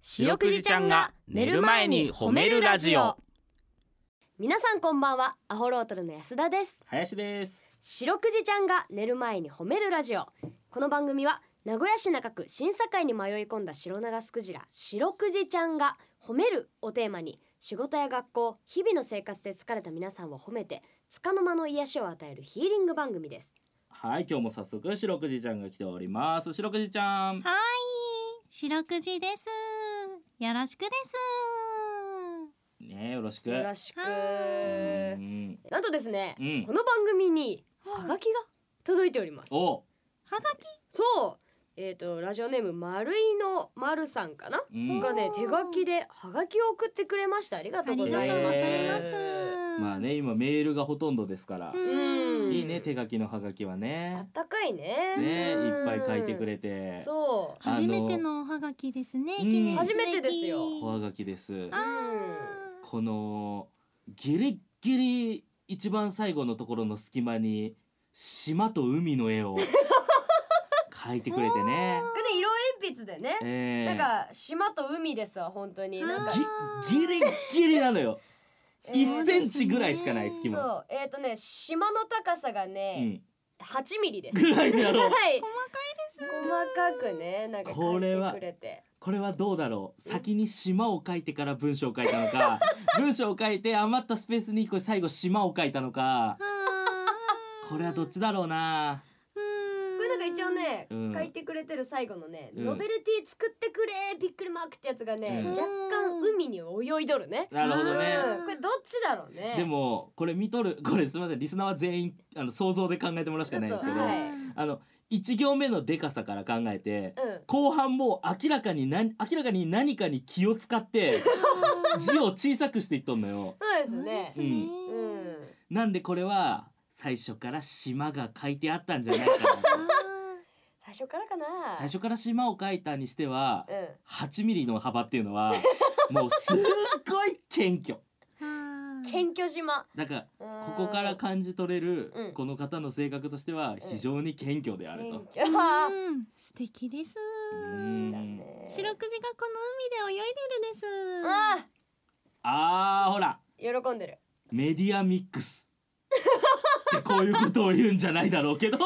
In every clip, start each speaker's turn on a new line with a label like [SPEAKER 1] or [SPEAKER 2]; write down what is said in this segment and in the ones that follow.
[SPEAKER 1] 白くじちゃんが寝る前に褒めるラジオ
[SPEAKER 2] 皆さんこんばんはアホロートルの安田です
[SPEAKER 3] 林です
[SPEAKER 2] 白くじちゃんが寝る前に褒めるラジオこの番組は名古屋市中区審査会に迷い込んだ白長スクジラ白くじちゃんが褒めるをテーマに仕事や学校日々の生活で疲れた皆さんを褒めて束の間の癒しを与えるヒーリング番組です
[SPEAKER 3] はい今日も早速白くじちゃんが来ております白くじちゃん
[SPEAKER 4] はーい、白くじです。よろしくです。
[SPEAKER 3] ねよろしく
[SPEAKER 2] よろしく
[SPEAKER 4] は
[SPEAKER 3] う
[SPEAKER 4] ー
[SPEAKER 3] ん
[SPEAKER 2] なんとですね、
[SPEAKER 3] うん
[SPEAKER 2] この番組に
[SPEAKER 4] は
[SPEAKER 2] ハ
[SPEAKER 4] が
[SPEAKER 2] ガキが届いております
[SPEAKER 3] お
[SPEAKER 4] き。
[SPEAKER 2] そうえっ、とラジオネーム丸いの丸さんかな
[SPEAKER 3] うん
[SPEAKER 2] がね
[SPEAKER 4] おー
[SPEAKER 2] 手書きでハガキを送ってくれましたありが
[SPEAKER 4] あ
[SPEAKER 2] とう
[SPEAKER 4] り
[SPEAKER 2] ござ
[SPEAKER 4] が
[SPEAKER 2] い
[SPEAKER 4] とう
[SPEAKER 2] ま
[SPEAKER 4] ご
[SPEAKER 2] す、
[SPEAKER 4] ざいます。
[SPEAKER 3] まあね今メールがほとんどですから
[SPEAKER 4] う
[SPEAKER 2] うん
[SPEAKER 4] ん。
[SPEAKER 3] いいね手書きのハガキは
[SPEAKER 2] あ
[SPEAKER 3] ね
[SPEAKER 2] ったかいね
[SPEAKER 3] ね
[SPEAKER 2] うん
[SPEAKER 3] いっぱい書いてくれて
[SPEAKER 2] そう
[SPEAKER 3] あの
[SPEAKER 4] 初めてのおはがきですね。
[SPEAKER 3] うん
[SPEAKER 4] 記念べき
[SPEAKER 2] 初めてですよ
[SPEAKER 3] おはがきです
[SPEAKER 4] あ
[SPEAKER 2] う
[SPEAKER 3] このギリギリ一番最後のところの隙間に島と海 の絵を描いてくれてね
[SPEAKER 2] これね色鉛筆でね、
[SPEAKER 3] え
[SPEAKER 2] な
[SPEAKER 3] ー、
[SPEAKER 2] んか島と海ですわ本当になんか
[SPEAKER 4] あー
[SPEAKER 3] ぎギリギリなのよ
[SPEAKER 2] えー
[SPEAKER 3] 1センチぐらいしかない隙
[SPEAKER 2] そ
[SPEAKER 3] 間
[SPEAKER 2] うえっ、とね島の高さが
[SPEAKER 3] う
[SPEAKER 2] ね、
[SPEAKER 3] ん
[SPEAKER 2] 8ミリ です
[SPEAKER 3] ぐらいだろう
[SPEAKER 2] はい細かくねなんか書いてくれて
[SPEAKER 3] これはどうだろう先に島を書いてから文章を書いたの か文章を書いて余ったスペースにこれ最後島を書いたのか
[SPEAKER 4] ー
[SPEAKER 3] これはどっちだろうな
[SPEAKER 2] これなんか一応。ね、
[SPEAKER 3] うん
[SPEAKER 2] 書いてくれてる最後のね、
[SPEAKER 3] うん
[SPEAKER 2] ノベルティ作ってくれびっくりマークってやつがね、
[SPEAKER 3] うん
[SPEAKER 2] 若干海に泳いどるね、
[SPEAKER 3] なるほどね
[SPEAKER 2] うんこれどっちだろうね
[SPEAKER 3] でもこれ見とるこれすみませんリスナーは全員あの想像で考えてもらうしかないんですけど、
[SPEAKER 2] ちょっとはい
[SPEAKER 3] あの1行目のでかさから考えて
[SPEAKER 2] うん
[SPEAKER 3] 後半もう明らかに何明らかに何かに気を使って字を小さくしていっとんのよ。
[SPEAKER 2] そう
[SPEAKER 4] そうで
[SPEAKER 2] ですす
[SPEAKER 4] ね
[SPEAKER 2] ね。
[SPEAKER 3] う
[SPEAKER 2] うん。
[SPEAKER 3] なんでこれは最初から島が書いてあったんじゃない かな
[SPEAKER 4] あ
[SPEAKER 2] 最初からかな。
[SPEAKER 3] 最初から島を書いたにしては
[SPEAKER 2] うん。
[SPEAKER 3] 8ミリの幅っていう のはもうすっごい謙虚
[SPEAKER 4] ー
[SPEAKER 2] 謙虚島。
[SPEAKER 3] だから
[SPEAKER 2] うん
[SPEAKER 3] ここから感じ取れ
[SPEAKER 2] う
[SPEAKER 3] る
[SPEAKER 2] ん
[SPEAKER 3] この方の性格としては非常に謙虚であると。
[SPEAKER 2] 謙虚。あ
[SPEAKER 4] うん素敵です。
[SPEAKER 3] うん
[SPEAKER 2] だね
[SPEAKER 4] 白くじがこの海で泳いでるです。
[SPEAKER 2] あ
[SPEAKER 3] あーほら
[SPEAKER 2] ー、喜んでる。
[SPEAKER 3] メディアミックスってこういうことを言うんじゃないだろうけど、
[SPEAKER 2] そ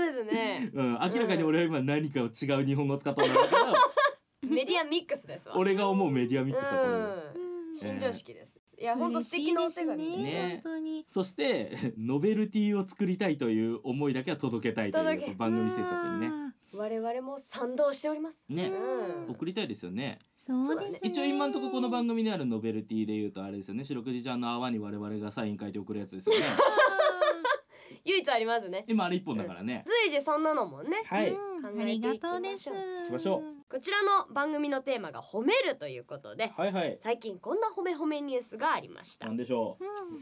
[SPEAKER 2] うです ね。
[SPEAKER 3] うん、明らかに俺は今何かを違う日本語を使ったんだろうけど
[SPEAKER 2] メディアミックスです わ。
[SPEAKER 3] 俺が思うメディアミックスだと思うよ。
[SPEAKER 2] う。
[SPEAKER 4] うんん
[SPEAKER 2] 新常識です。いや、本当素敵なお手
[SPEAKER 4] 嬉し
[SPEAKER 2] 紙。
[SPEAKER 4] いです
[SPEAKER 3] ね
[SPEAKER 4] ね。本当に。
[SPEAKER 3] そして ノベルティを作りたいという思いだけは届けたいとい
[SPEAKER 2] 届
[SPEAKER 3] う
[SPEAKER 2] け
[SPEAKER 3] 番組制作にね
[SPEAKER 4] ね。
[SPEAKER 2] 我々も賛同しております。
[SPEAKER 3] ね
[SPEAKER 2] うん
[SPEAKER 3] 送りたいですよね
[SPEAKER 4] そうですね。
[SPEAKER 3] 一応今のところこの番
[SPEAKER 4] 組。
[SPEAKER 3] 組にあるノベルティで言うとあれですよね白くじちゃんの泡に我々がサイン書いて送るやつですよ ね
[SPEAKER 2] 唯一ありますね。
[SPEAKER 3] 今あれ一本だからね、
[SPEAKER 2] 随時そんなのもね。
[SPEAKER 3] はい行
[SPEAKER 4] うん
[SPEAKER 2] 考
[SPEAKER 4] あ
[SPEAKER 2] えて
[SPEAKER 4] り
[SPEAKER 2] いきま
[SPEAKER 4] が
[SPEAKER 2] しょう
[SPEAKER 4] とうです。
[SPEAKER 3] きましょう
[SPEAKER 2] こちらの番組のテーマが褒めるということで、
[SPEAKER 3] はいはい
[SPEAKER 2] 最近こんな褒め褒めニュースがありました
[SPEAKER 3] なん。でしょう
[SPEAKER 4] うん。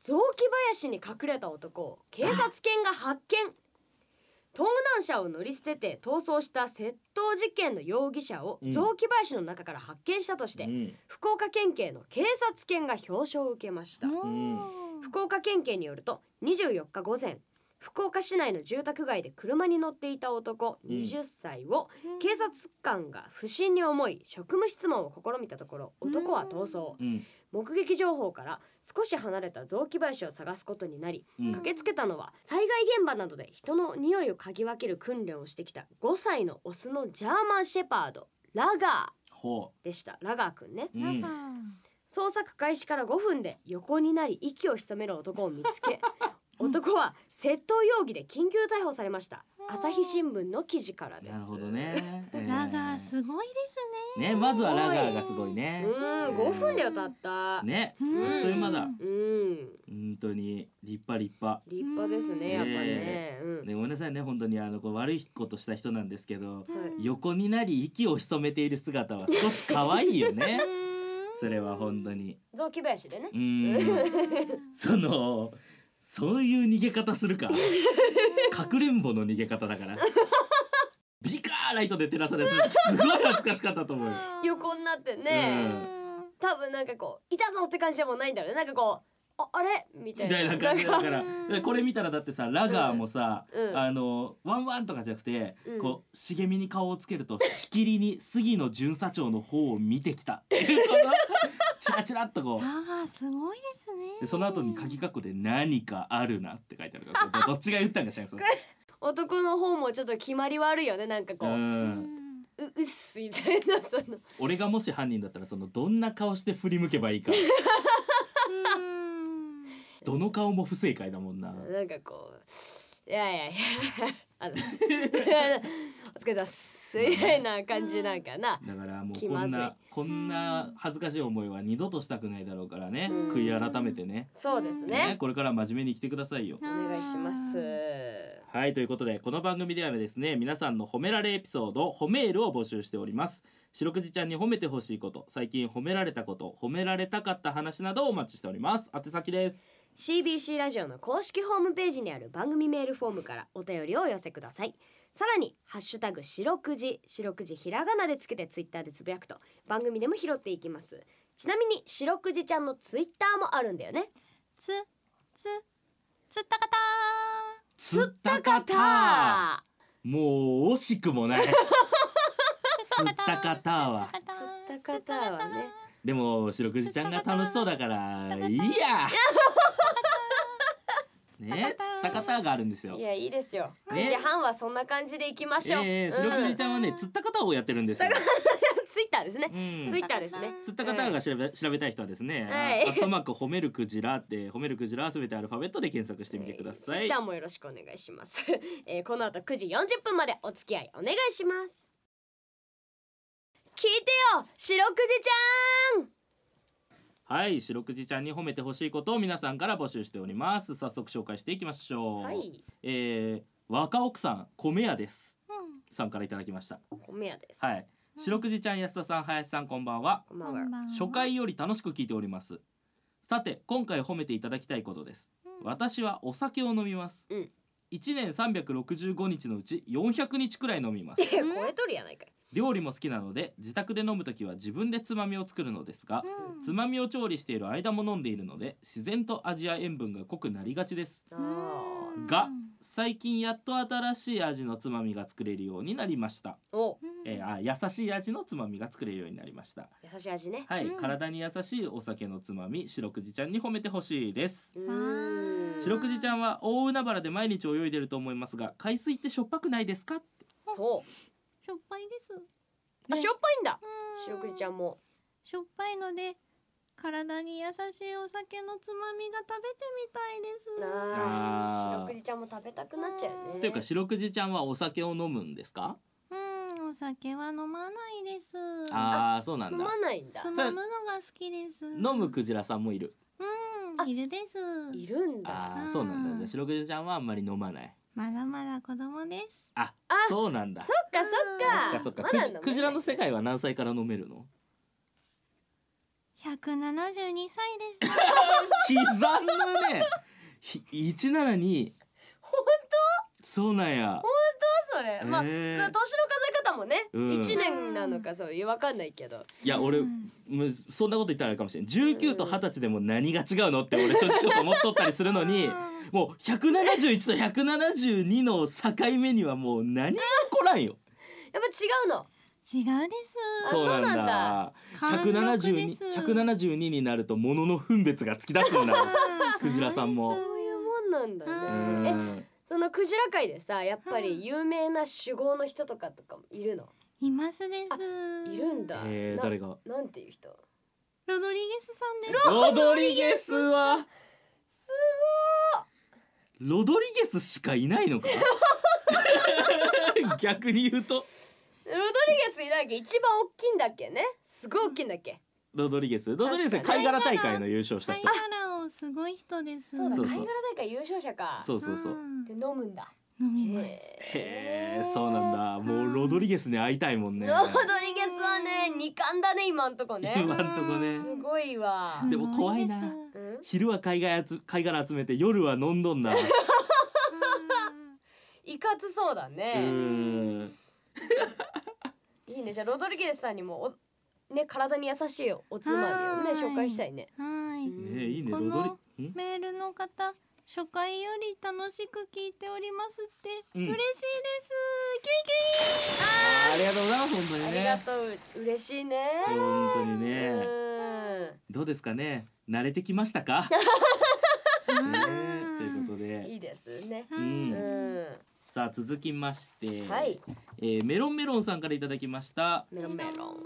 [SPEAKER 2] 雑木林に隠れた男を警察犬が発見 盗難車を乗り捨てて逃走した窃盗事件の容疑者を
[SPEAKER 3] うん
[SPEAKER 2] 雑木林の中から発見したとして、
[SPEAKER 3] うん
[SPEAKER 2] 福岡県警の警察犬が表彰を受けました、
[SPEAKER 4] うん
[SPEAKER 2] 福岡県警によると24日午前福岡市内の住宅街で車に乗っていた男
[SPEAKER 3] うん
[SPEAKER 2] 20歳を警察官が不審に思い職務質問を試みたところ男は逃走
[SPEAKER 3] うん
[SPEAKER 2] 目撃情報から少し離れた雑木林を探すことになり
[SPEAKER 3] うん
[SPEAKER 2] 駆けつけたのは災害現場などで人の匂いを嗅ぎ分ける訓練をしてきた5歳のオスのジャーマンシェパードラガ
[SPEAKER 3] ほ
[SPEAKER 2] ーでしたラガーくんね
[SPEAKER 3] う、うん、
[SPEAKER 2] 捜索開始から5分で横になり息を潜める男を見つ け男は窃盗容疑で緊急逮捕されました朝日新聞の記事からです
[SPEAKER 3] なるほどね、えー
[SPEAKER 4] ラガーすごいです
[SPEAKER 3] ねまずはラガーがすごいね
[SPEAKER 2] うん5分だよたった、
[SPEAKER 3] ね
[SPEAKER 4] ね。
[SPEAKER 2] あっという
[SPEAKER 3] 間だ
[SPEAKER 2] うん
[SPEAKER 3] 本当に立派立派
[SPEAKER 2] 立派ですねやっぱね、うん
[SPEAKER 3] ねごめんなさいね本当にあのこう悪いことした人なんですけど
[SPEAKER 2] はい
[SPEAKER 3] 横になり息を潜めている姿は少し可愛い よねそれは本当に
[SPEAKER 2] 雑木林でね
[SPEAKER 3] うーんそのそういう逃げ方するかかくれんぼの逃げ方だからビカーライトで照らされてすごい恥ずかしかったと思うよ
[SPEAKER 2] 横になってね、
[SPEAKER 3] うん
[SPEAKER 2] 多分なんかこういたぞって感じでもないんだろうねなんかこうああれみた
[SPEAKER 3] み
[SPEAKER 2] い
[SPEAKER 3] た
[SPEAKER 2] ない
[SPEAKER 3] な感じだ
[SPEAKER 2] ん
[SPEAKER 3] か
[SPEAKER 2] から
[SPEAKER 4] うん
[SPEAKER 3] だからこれ見たらだってさラガーもさ、
[SPEAKER 2] うん
[SPEAKER 3] あのワンワンとかじゃなくて、
[SPEAKER 2] うん
[SPEAKER 3] こう茂みに顔をつけるとしきりに杉野巡査長の方を見てきたっていうこのチラチラっとこう
[SPEAKER 4] ああすごいですね
[SPEAKER 3] でその後に鍵括弧で何かあるなって書いてあるから どっちが言ったんか知らんけど
[SPEAKER 2] 男の方もちょっと決まり悪いよねなんかこ
[SPEAKER 3] う
[SPEAKER 2] う、
[SPEAKER 4] うんん
[SPEAKER 2] ううっすみたいなその
[SPEAKER 3] 俺がもし犯人だったらそのどんな顔して振り向け ばいいか
[SPEAKER 4] うん
[SPEAKER 3] どの顔も不正解だもんな
[SPEAKER 2] なんかこういやいやいや あの それはお疲れ様っすみたいな感じなんかな、
[SPEAKER 3] だからもう
[SPEAKER 2] 気
[SPEAKER 3] こ
[SPEAKER 2] ま
[SPEAKER 3] ん
[SPEAKER 2] ずい
[SPEAKER 3] なこんな恥ずかしい思いは二度としたくないだろうからね
[SPEAKER 2] うん
[SPEAKER 3] 悔い改めてね
[SPEAKER 2] そうです
[SPEAKER 3] ね
[SPEAKER 2] ね
[SPEAKER 3] これから真面目に生きてくださいよ
[SPEAKER 2] お願いします
[SPEAKER 3] はいということでこの番組ではですね皆さんの褒められエピソード褒めールを募集しております白くじちゃんに褒めてほしいこと最近褒められたこと褒められたかった話などをお待ちしております宛先です
[SPEAKER 2] CBC ラジオの公式ホームページにある番組メールフォームからお便りをお寄せくださいさらにハッシュタグ白くじ白くじひらがなでつけてツイッターでつぶやくと番組でも拾っていきますちなみに白くじちゃんのツイッターもあるんだよね
[SPEAKER 4] つつつったかた
[SPEAKER 3] つったかたもう惜しくもないつったかたは
[SPEAKER 4] ー
[SPEAKER 2] つったかたはね
[SPEAKER 3] でも白くじちゃんが楽しそうだからい いやねつったかたがあるんですよ
[SPEAKER 2] いやいいですよ
[SPEAKER 3] ね
[SPEAKER 2] 9時半はそんな感じでいきましょう、
[SPEAKER 3] えー、白く
[SPEAKER 2] う
[SPEAKER 3] じ
[SPEAKER 2] ん、
[SPEAKER 3] ちゃんはねつったかたをやってるんですよ
[SPEAKER 2] ツイッターですね、
[SPEAKER 3] うん
[SPEAKER 2] ツイッターですね
[SPEAKER 3] 釣った方が調べ,、調べたい人はですね、
[SPEAKER 2] はい
[SPEAKER 3] あアットマーク褒めるクジラって褒めるクジラはすべてアルファベットで検索してみてくださ
[SPEAKER 2] ツイ
[SPEAKER 3] い
[SPEAKER 2] ッタ。ーもよろしくお願いします、 えー、この後9時40分までお付き合いお願いします聞いてよ白くじちゃん
[SPEAKER 3] はい、白くじちゃんに褒めてほしいことを皆さんから募集しております。早速紹介していきましょう。
[SPEAKER 2] はい
[SPEAKER 3] えー若奥さん米屋です
[SPEAKER 4] うん
[SPEAKER 3] さんからいただきました。
[SPEAKER 2] 米屋です、
[SPEAKER 3] はい、白くじちゃん安田さん林さんこんばんは。
[SPEAKER 2] こんば
[SPEAKER 4] こ
[SPEAKER 2] んは
[SPEAKER 4] んばんは
[SPEAKER 3] 初回より楽しく聞いております。さて今回褒めていただきたいことです。
[SPEAKER 4] うん
[SPEAKER 3] 私はお酒を飲みます、
[SPEAKER 2] うん
[SPEAKER 3] 一1年365日のうち400日くらい飲みます
[SPEAKER 2] 超えとるやないかい
[SPEAKER 3] 料理も好きなので自宅で飲むときは自分でつまみを作るのですが、
[SPEAKER 4] うん
[SPEAKER 3] つまみを調理している間も飲んでいるので自然と味や塩分が濃くなりがちです
[SPEAKER 2] あ
[SPEAKER 4] うん
[SPEAKER 3] が最近やっと新しい味のつまみが作れるようになりました、
[SPEAKER 2] ーお
[SPEAKER 4] うん
[SPEAKER 3] えーあ優しい味のつまみが作れるようになりました
[SPEAKER 2] 優しい味ね
[SPEAKER 3] はい、
[SPEAKER 4] うん
[SPEAKER 3] 体に優しいお酒のつまみ白くじちゃんに褒めてほしいです
[SPEAKER 2] うーん
[SPEAKER 3] 白くじちゃんは大海原で毎日泳いでると思いますが海水ってしょっぱくないですか
[SPEAKER 2] お
[SPEAKER 4] しょっぱいですう
[SPEAKER 2] あ
[SPEAKER 3] ね
[SPEAKER 2] しょっぱいんだ
[SPEAKER 4] ん
[SPEAKER 2] 白くじちゃんも
[SPEAKER 4] しょっぱいので体に優しいお酒のつまみが食べてみたいです
[SPEAKER 2] あー
[SPEAKER 3] あー
[SPEAKER 2] 白くじちゃんも食べたくなっちゃうよね
[SPEAKER 3] というか白くじちゃんはお酒を飲むんですか
[SPEAKER 4] うんお酒は飲まないです
[SPEAKER 3] ああそうなん
[SPEAKER 2] 飲
[SPEAKER 3] だ
[SPEAKER 2] まないんだ
[SPEAKER 4] つまむのが好きです
[SPEAKER 3] 飲むクジラさんもいる
[SPEAKER 4] うんいるです
[SPEAKER 2] いるんだ
[SPEAKER 3] あ
[SPEAKER 4] う
[SPEAKER 3] あ
[SPEAKER 4] ん
[SPEAKER 3] そうなんだじゃあ白くじちゃんはあんまり飲まない
[SPEAKER 4] まだまだ子供です
[SPEAKER 3] あ
[SPEAKER 2] あ
[SPEAKER 3] そうなんだ
[SPEAKER 2] そっかそっ
[SPEAKER 3] そ
[SPEAKER 2] か
[SPEAKER 3] っか
[SPEAKER 2] まだ
[SPEAKER 3] クジ
[SPEAKER 2] 飲めない
[SPEAKER 3] クジラの世界は何歳から飲めるの
[SPEAKER 4] 172歳です
[SPEAKER 3] 刻むねひ172
[SPEAKER 2] 本
[SPEAKER 3] そうなんや
[SPEAKER 2] 当それまあ年
[SPEAKER 3] へー
[SPEAKER 2] の数え方もね
[SPEAKER 3] うん
[SPEAKER 2] 一年なのかそういうわかんないけど
[SPEAKER 3] いや俺
[SPEAKER 4] うん
[SPEAKER 3] もうそんなこと言ったらあれかもしれない19と20歳でも何が違うのって俺正直ちょっと思っとったりするのに
[SPEAKER 4] うん
[SPEAKER 3] もう171と172の境目にはもう何も来らんよ。
[SPEAKER 2] やっぱ違うの
[SPEAKER 4] 違うです
[SPEAKER 2] そうなんだ。
[SPEAKER 3] 百七十二百七十二になるとものの分別がつき出すん だ。クジラさんも
[SPEAKER 2] そういうもんなん
[SPEAKER 3] う
[SPEAKER 2] だねえ
[SPEAKER 3] ん
[SPEAKER 2] そのクジラ界でさやっぱり有名な酒豪の人とかとかもいるの
[SPEAKER 4] いますです
[SPEAKER 2] いるんだ
[SPEAKER 3] えー、
[SPEAKER 2] な
[SPEAKER 3] 誰が。
[SPEAKER 2] なんていう人
[SPEAKER 4] ロドリゲスさんです
[SPEAKER 3] ロドリゲスは。
[SPEAKER 2] す
[SPEAKER 3] ロドリゲスしかいないのか。 逆に言うと。
[SPEAKER 2] ごいロドリゲスいないけ一番大きいんだっけねすごい大きいんだっけ
[SPEAKER 3] ロドリゲス。ロドリゲス
[SPEAKER 2] 確か
[SPEAKER 3] 貝
[SPEAKER 2] に
[SPEAKER 3] 殻大会の優勝した
[SPEAKER 4] 貝
[SPEAKER 3] 人。
[SPEAKER 4] 殻をすごい人です
[SPEAKER 2] そうだ
[SPEAKER 3] そ
[SPEAKER 2] 貝
[SPEAKER 3] う
[SPEAKER 2] 殻
[SPEAKER 3] そう
[SPEAKER 2] 大会優勝者か
[SPEAKER 3] そうそうそう。
[SPEAKER 4] ん
[SPEAKER 2] で飲むんだ
[SPEAKER 4] 飲みます
[SPEAKER 2] へ
[SPEAKER 3] へえ、そうなんだ。もうロドリゲスに会いたいもんね。
[SPEAKER 2] ロドリゲスはね二冠だね今んとこね
[SPEAKER 3] 今んとこね。
[SPEAKER 2] すごいわ
[SPEAKER 3] でも怖いな
[SPEAKER 4] すご
[SPEAKER 2] う
[SPEAKER 4] です
[SPEAKER 2] ん
[SPEAKER 3] 昼は貝殻集貝殻集めて夜は飲んどんだ。
[SPEAKER 2] いかつそうだ
[SPEAKER 3] う
[SPEAKER 2] ね
[SPEAKER 3] ーん
[SPEAKER 2] いいねじゃあロドリゲスさんにもおね体に優しいおつまみをね
[SPEAKER 4] はい
[SPEAKER 2] 紹介したいね
[SPEAKER 4] うんはい。
[SPEAKER 3] ねいいね
[SPEAKER 4] こ
[SPEAKER 3] ロドリ
[SPEAKER 4] の
[SPEAKER 3] ん
[SPEAKER 4] メールの方初回より楽しく聞いておりますって、
[SPEAKER 3] うん
[SPEAKER 4] 嬉しいです
[SPEAKER 3] ありがとうございます本当に
[SPEAKER 2] ありが
[SPEAKER 3] ね
[SPEAKER 2] とう嬉しいね
[SPEAKER 3] 本当にね
[SPEAKER 2] うん
[SPEAKER 3] どうですかね慣れてきましたか、ね
[SPEAKER 4] キュイキュイ
[SPEAKER 3] と
[SPEAKER 4] あー
[SPEAKER 3] いうこと
[SPEAKER 2] い
[SPEAKER 3] で
[SPEAKER 2] いですね
[SPEAKER 4] う
[SPEAKER 2] うん
[SPEAKER 4] ん
[SPEAKER 3] さあ続きまして、
[SPEAKER 2] はい
[SPEAKER 3] えーメロンメロンさんからいただきました
[SPEAKER 2] メロンメロン
[SPEAKER 4] メロン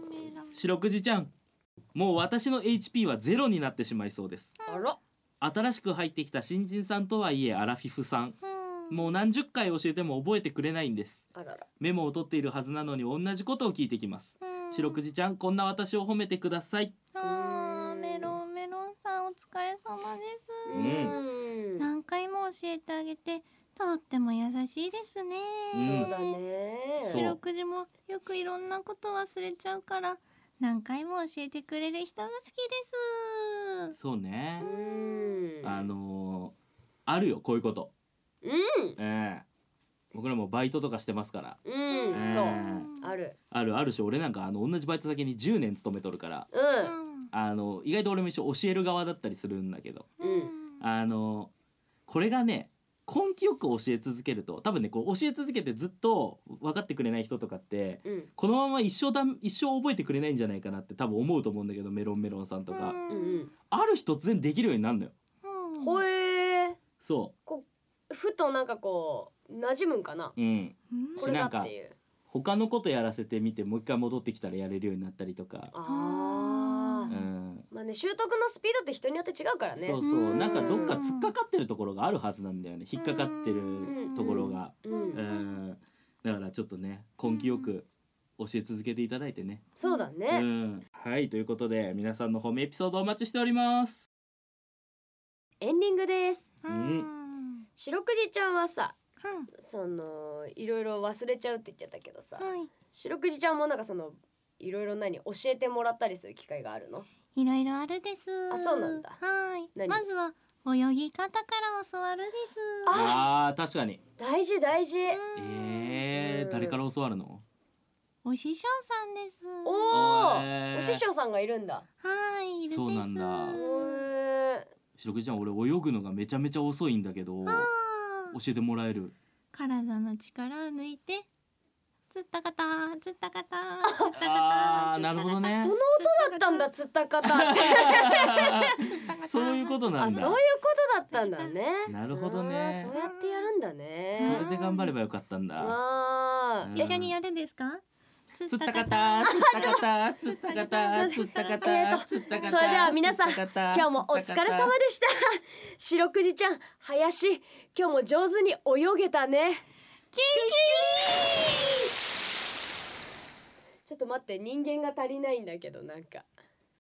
[SPEAKER 3] 白くじちゃんもう私の HP はゼロになってしまいそうです
[SPEAKER 2] あら
[SPEAKER 3] 新しく入ってきた新人さんとはいえアラフィフさん
[SPEAKER 4] うん
[SPEAKER 3] もう何十回教えても覚えてくれないんです
[SPEAKER 2] あらら
[SPEAKER 3] メモを取っているはずなのに同じことを聞いてきます
[SPEAKER 4] うん
[SPEAKER 3] 白くじちゃんこんな私を褒めてください
[SPEAKER 4] あーメロンメロンさんお疲れ様です、
[SPEAKER 2] うん
[SPEAKER 4] 何回も教えてあげてとっても優しいですね、
[SPEAKER 3] うん
[SPEAKER 2] そうだね
[SPEAKER 3] そう
[SPEAKER 4] 白くじもよくいろんなこと忘れちゃうから何回も教えてくれる人が好きです
[SPEAKER 3] そうね
[SPEAKER 2] うん
[SPEAKER 3] あのーあるよこういうこと
[SPEAKER 2] うん
[SPEAKER 3] ええ僕らもバイトとかしてますから
[SPEAKER 2] う
[SPEAKER 3] ね
[SPEAKER 2] ん
[SPEAKER 3] え
[SPEAKER 2] そう
[SPEAKER 4] うん
[SPEAKER 2] ある
[SPEAKER 3] あるあるし俺なんかあの同じバイト先に10年勤めとるから
[SPEAKER 2] う
[SPEAKER 4] うんん
[SPEAKER 3] あの意外と俺も一緒教える側だったりするんだけど
[SPEAKER 2] うん
[SPEAKER 3] あのこれがね根気よく教え続けると多分ねこう教え続けてずっと分かってくれない人とかって
[SPEAKER 2] うん
[SPEAKER 3] このまま一生だ一生覚えてくれないんじゃないかなって多分思うと思うんだけどメロンメロンさんとか、
[SPEAKER 4] うん
[SPEAKER 2] うん
[SPEAKER 3] ある日突然できるようになるのよ
[SPEAKER 2] う
[SPEAKER 4] うんん
[SPEAKER 2] ほえ
[SPEAKER 3] そ
[SPEAKER 2] ふとなんかこう馴染むんかな
[SPEAKER 3] ううん
[SPEAKER 4] うん
[SPEAKER 2] これだっていう
[SPEAKER 3] 他のことやらせてみてもう一回戻ってきたらやれるようになったりとか、
[SPEAKER 2] あ
[SPEAKER 3] う
[SPEAKER 2] ー
[SPEAKER 3] ん、
[SPEAKER 2] まあね習得のスピードって人によって違うからね
[SPEAKER 3] そうそううんなんかどっか突っかかってるところがあるはずなんだよね引っかかってるところが、
[SPEAKER 2] う
[SPEAKER 3] うんん、だからちょっとね根気よく教え続けていただいてね、
[SPEAKER 2] そうだ
[SPEAKER 3] う
[SPEAKER 2] ね
[SPEAKER 3] ん、はいということで皆さんの褒めエピソードお待ちしております
[SPEAKER 2] エンディングです
[SPEAKER 4] う
[SPEAKER 3] うん
[SPEAKER 4] ん
[SPEAKER 2] 白くじちゃんはさ
[SPEAKER 4] うん
[SPEAKER 2] そのいろいろ忘れちゃうって言っちゃったけどさ
[SPEAKER 4] はい
[SPEAKER 2] 白くじちゃんもなんかそのいろいろ何教えてもらったりする機会があるの
[SPEAKER 4] いろいろあるです
[SPEAKER 2] あそうなんだ
[SPEAKER 4] はい
[SPEAKER 2] 何
[SPEAKER 4] まずは泳ぎ方から教わるです
[SPEAKER 3] あー確かに
[SPEAKER 2] 大事大事
[SPEAKER 4] うん
[SPEAKER 3] え
[SPEAKER 2] うん
[SPEAKER 3] ー、誰から教わるの
[SPEAKER 4] お師匠さんです
[SPEAKER 2] お
[SPEAKER 3] えー
[SPEAKER 2] お師匠さんがいるんだ
[SPEAKER 4] はいいるです
[SPEAKER 3] そうなんだ
[SPEAKER 2] へ
[SPEAKER 4] あ
[SPEAKER 2] ー
[SPEAKER 3] 白くじちゃん俺泳ぐのがめちゃめちゃ遅いんだけど教
[SPEAKER 4] ー
[SPEAKER 3] えてもらえる
[SPEAKER 4] 体の力を抜いてつったかたつったかたつったか
[SPEAKER 3] あ
[SPEAKER 4] た
[SPEAKER 3] ーなるほどね
[SPEAKER 2] その音だったんだ釣った方
[SPEAKER 3] そういうことな
[SPEAKER 2] あ
[SPEAKER 3] ん
[SPEAKER 2] そう
[SPEAKER 3] だ
[SPEAKER 2] いうことだったんだね
[SPEAKER 3] なるほどね
[SPEAKER 2] あーそうやってやるんだね
[SPEAKER 3] それで頑張ればよかったんだ
[SPEAKER 2] わ
[SPEAKER 3] うん
[SPEAKER 2] ー
[SPEAKER 4] 一緒にやるんですかつ
[SPEAKER 3] つったかたつったかたつったかたつったかたつったかた
[SPEAKER 2] それでは皆さん
[SPEAKER 3] 今日
[SPEAKER 2] 今日もお疲れ様でした白くじちゃん林今日も上手に泳げたねちょっと待って人間が足りないんだけどなんか